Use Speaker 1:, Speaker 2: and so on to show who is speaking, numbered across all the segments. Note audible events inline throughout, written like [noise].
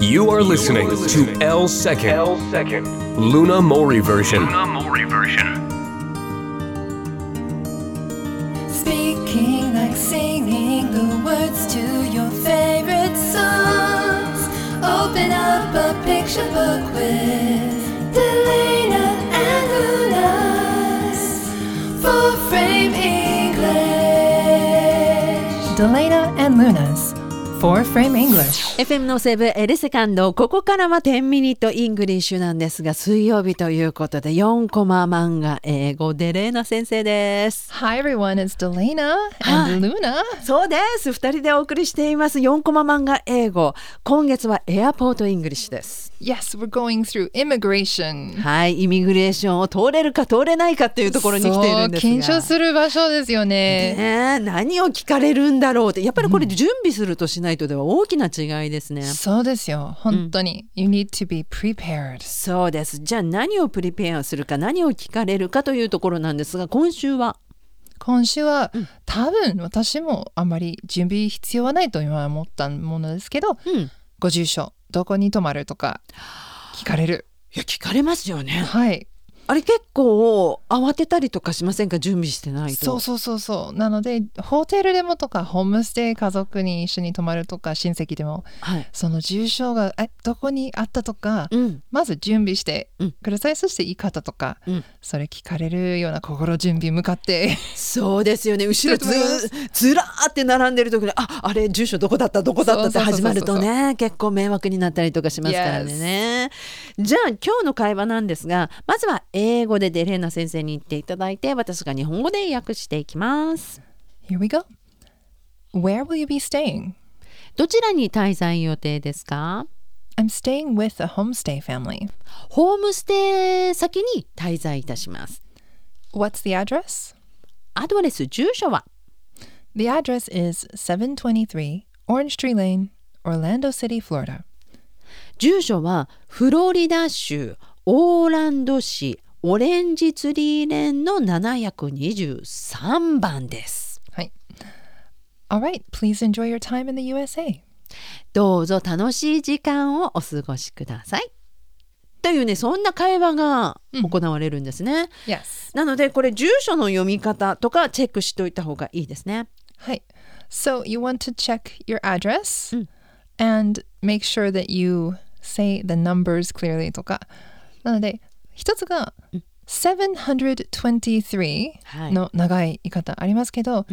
Speaker 1: You are listening to L Second,
Speaker 2: L second.
Speaker 1: Luna Mori version.
Speaker 2: Luna Mori version.
Speaker 3: Speaking like singing the words to your favorite songs. Open up a picture book with Delana and Lunas for frame English. Delana and Lunas for frame English.
Speaker 4: FM のセブエレセカンドここからは10ミニットイングリッシュなんですが水曜日ということで4コマ漫画英語でレーナ先生です。
Speaker 3: Hi everyone, it's Delana and Luna.
Speaker 4: そうです2人でお送りしています4コマ漫画英語今月はエアポートイングリッシュです。
Speaker 3: Yes, we're going through immigration.
Speaker 4: はいイミグレーションを通れるか通れないかっていうところに来ているんですが。
Speaker 3: そう検証する場所ですよね。
Speaker 4: ねえ何を聞かれるんだろうってやっぱりこれ準備するとしないとでは大きな違いですね。
Speaker 3: そうですよ。本当に。You need to be prepared.
Speaker 4: そうですじゃあ何をプリペアするか何を聞かれるかというところなんですが今週は
Speaker 3: 今週は、多分私もあまり準備必要はないと今は思ったものですけど、
Speaker 4: うん
Speaker 3: ご住所、どこに泊まるとか聞かれる。
Speaker 4: いや聞かれますよね
Speaker 3: はい。
Speaker 4: あれ結構慌てたりとかしませんか準備してないと
Speaker 3: そうそうそうそう。なので、ホテルでもとか、ホームステイ家族に一緒に泊まるとか、親戚でも、
Speaker 4: はい
Speaker 3: その住所がえどこにあったとか、
Speaker 4: うん
Speaker 3: まず準備して
Speaker 4: うん
Speaker 3: ください、そして言い方とか、
Speaker 4: うん
Speaker 3: それ聞かれるような心準備向かって
Speaker 4: そうですよね後ろず
Speaker 3: そうだと
Speaker 4: ずらーって並んでる時にああれ住所どこだったどこだったって
Speaker 3: そうそうそう
Speaker 4: 始
Speaker 3: そう
Speaker 4: まるとね結構迷惑になったりとかしますからねじゃあ今日の会話なんですがまずは英語でデレーナ先生に言っていただいて私が日本語で訳していきます
Speaker 3: Here we go Where will you be staying?
Speaker 4: どちらに滞在予定ですか
Speaker 3: I'm staying with a homestay family
Speaker 4: ホームステイ先に滞在いたします。
Speaker 3: What's the address?
Speaker 4: アドレス、住所は
Speaker 3: The address is 723 Orange Tree Lane, Orlando City, Florida
Speaker 4: 住所はフロリダ州オーランド市オレンジツリー連の723番です。
Speaker 3: はい Alright, please enjoy your time in the USA
Speaker 4: どうぞ楽しい時間をお過ごしください。というね、そんな会話が行われるんですね。
Speaker 3: Yes
Speaker 4: なので、これ住所の読み方とかチェックしといた方がいいですね。
Speaker 3: はい So you want to check your address and make sure that you say the numbers clearly とかなので一つが
Speaker 4: は
Speaker 3: 723
Speaker 4: い
Speaker 3: の長い言い方ありますけど、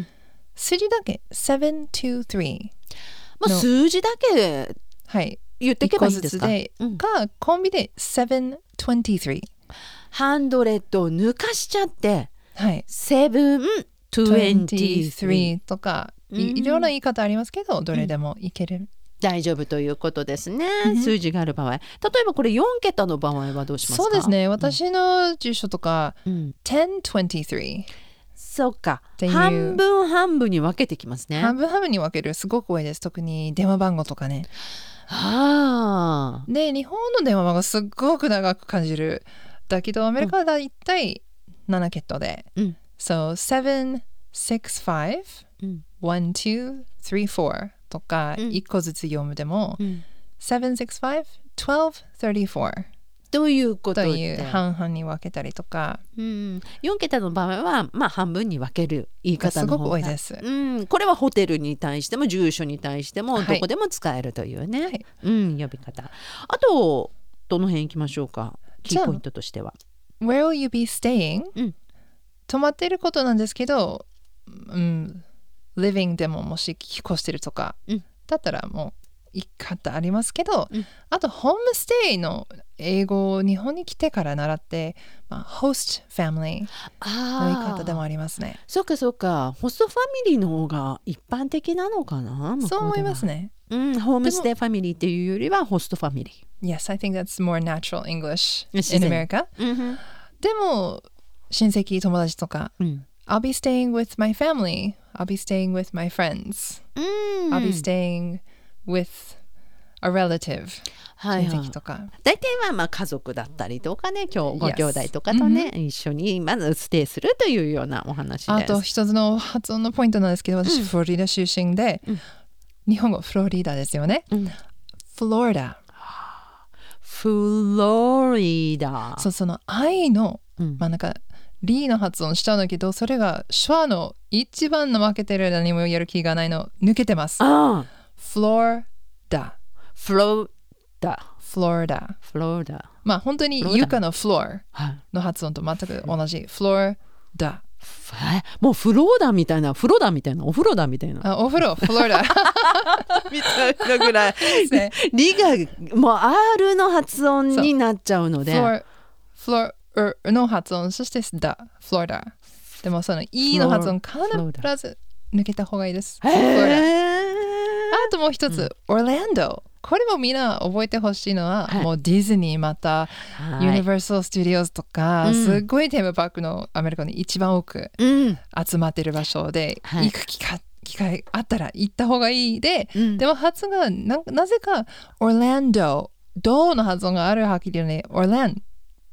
Speaker 3: 数字だけ723
Speaker 4: まあ、
Speaker 3: の
Speaker 4: 数字だけ
Speaker 3: はい
Speaker 4: 言ってい
Speaker 3: 一
Speaker 4: け
Speaker 3: 個
Speaker 4: ばいい
Speaker 3: ず
Speaker 4: です
Speaker 3: つ
Speaker 4: か
Speaker 3: で、
Speaker 4: うん
Speaker 3: がコンビで723
Speaker 4: ハンドレッドを抜かしちゃって、
Speaker 3: はい
Speaker 4: セブントゥエンティスリー
Speaker 3: 23とかいいろんな言い方ありますけどどれでもいける、
Speaker 4: 大丈夫ということですね。数字がある場合、例えばこれ4桁の場合はどうしますか。
Speaker 3: そうです。ね私の住所とか、
Speaker 4: うん、
Speaker 3: 1023
Speaker 4: そうか
Speaker 3: て。いう
Speaker 4: 半分半分に分けてきますね。
Speaker 3: 半分半分に分けるすごく多いです特に電話番号とかね
Speaker 4: ああ、
Speaker 3: で日本の電話番号すっごく長く感じるだけどアメリカはだいたい7桁で、
Speaker 4: うん
Speaker 3: So 765
Speaker 4: うん
Speaker 3: 1234とか
Speaker 4: うん
Speaker 3: 1個ずつ読むでも、
Speaker 4: うん
Speaker 3: 765 1234
Speaker 4: ということ
Speaker 3: と
Speaker 4: で
Speaker 3: いう半々に分けたりとか
Speaker 4: うん、4桁の場合は、まあ、半分に分ける言い方
Speaker 3: すご
Speaker 4: の方が
Speaker 3: く多いです
Speaker 4: うん、これはホテルに対しても住所に対しても
Speaker 3: はい
Speaker 4: どこでも使えるというね、
Speaker 3: はい
Speaker 4: うん、呼び方あとどの辺行きましょうかキ
Speaker 3: じゃ
Speaker 4: ー
Speaker 3: あ
Speaker 4: ポイントとしては
Speaker 3: Where will you be staying?、
Speaker 4: うん
Speaker 3: 泊まってることなんですけど、うん、living でももし引っ越してるとか、
Speaker 4: うん
Speaker 3: だったらもう言い方ありますけど、
Speaker 4: うん
Speaker 3: あとホームステイの英語を日本に来てから習って、まあ、host family の言い
Speaker 4: あ
Speaker 3: 方でもありますね。
Speaker 4: そうかそうかホストファミリーの方が一般的なのかな向こでは
Speaker 3: そう思いますね。
Speaker 4: うん、ホームステイファミリーっていうよりはホストファミリ
Speaker 3: Yes, I think that's more natural English
Speaker 4: 自
Speaker 3: in
Speaker 4: 然
Speaker 3: America.
Speaker 4: ー、うん
Speaker 3: でも親戚友達とか
Speaker 4: Mm-hmm. うん
Speaker 3: I'll be staying with my family. I'll be staying with my friends.
Speaker 4: うん、
Speaker 3: I'll be staying with a relative
Speaker 4: はい
Speaker 3: 親
Speaker 4: はい
Speaker 3: 戚とか
Speaker 4: 大体はまあ家族だったりとかね今日ご兄弟とかとね、一緒にまずステイするというようなお話です。
Speaker 3: あと一つの発音のポイントなんですけど私フロリダ出身で、日本語フロリダですよね、フロリダ
Speaker 4: フロリダ。
Speaker 3: そうその「愛」の
Speaker 4: うん
Speaker 3: まあなんか「リ」の発音しちゃうんだけどそれが手話の一番の負けてる何もやる気がないの抜けてます
Speaker 4: ああ、
Speaker 3: フローダ
Speaker 4: フロダ、
Speaker 3: フローダ
Speaker 4: フロダ。
Speaker 3: まあ本当に
Speaker 4: フローダ
Speaker 3: 床のフロー
Speaker 4: はい。
Speaker 3: の発音と全く同じフローダ
Speaker 4: ふえもうフローダみたいな、フロダみたいな、お風呂だみたいな。
Speaker 3: あお
Speaker 4: [laughs]
Speaker 3: 風呂フローダ
Speaker 4: みたいなぐらい。
Speaker 3: ですね
Speaker 4: リがもう R の発音になっちゃうの
Speaker 3: フ
Speaker 4: で。
Speaker 3: ローフローの発音そしてダフローダでもその E の発音必ず抜けた方がいいですフローダ
Speaker 4: へ
Speaker 3: あともう一つ、オーランド。これもみんな覚えてほしいのは、
Speaker 4: はい
Speaker 3: もうディズニーまた、
Speaker 4: ー
Speaker 3: ユニバーサル・スタジオとか、
Speaker 4: うん
Speaker 3: すっごいテーマパークのアメリカに一番多く
Speaker 4: うん。
Speaker 3: 集まってる場所で、
Speaker 4: はい
Speaker 3: 行く機会機会あったら行った方がいいで、
Speaker 4: うん
Speaker 3: でも発音がななぜかオーランド、ドの発音があるはっきりね、オーラン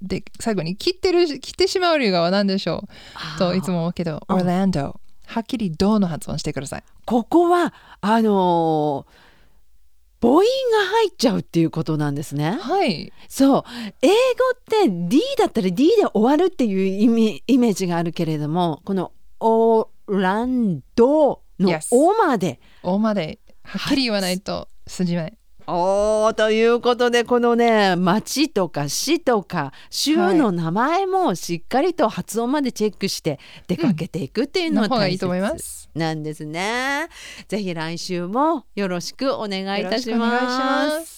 Speaker 3: で最後に切ってる切ってしまう理由は何でしょうといつも思うけど、オーランド、はっきりドの発音してください。
Speaker 4: ここはあのー母音が入っちゃうっていうことなんですね。
Speaker 3: はい。
Speaker 4: そう英語って D だったら D で終わるっていう意味イメージがあるけれどもこの「オーランド」の
Speaker 3: Yes
Speaker 4: 「オ」まで
Speaker 3: おまではっきり言わないと筋ない。
Speaker 4: 「おー」ということでこのね町とか市とか州の名前もしっかりと発音までチェックして出かけていくっていうの
Speaker 3: の
Speaker 4: は
Speaker 3: 方がい
Speaker 4: 大
Speaker 3: いと
Speaker 4: 切
Speaker 3: 思います。
Speaker 4: なんですね。ぜひ来週もよろしくお願いいたし
Speaker 3: よろ
Speaker 4: ま
Speaker 3: くお願いし
Speaker 4: す
Speaker 3: ま。す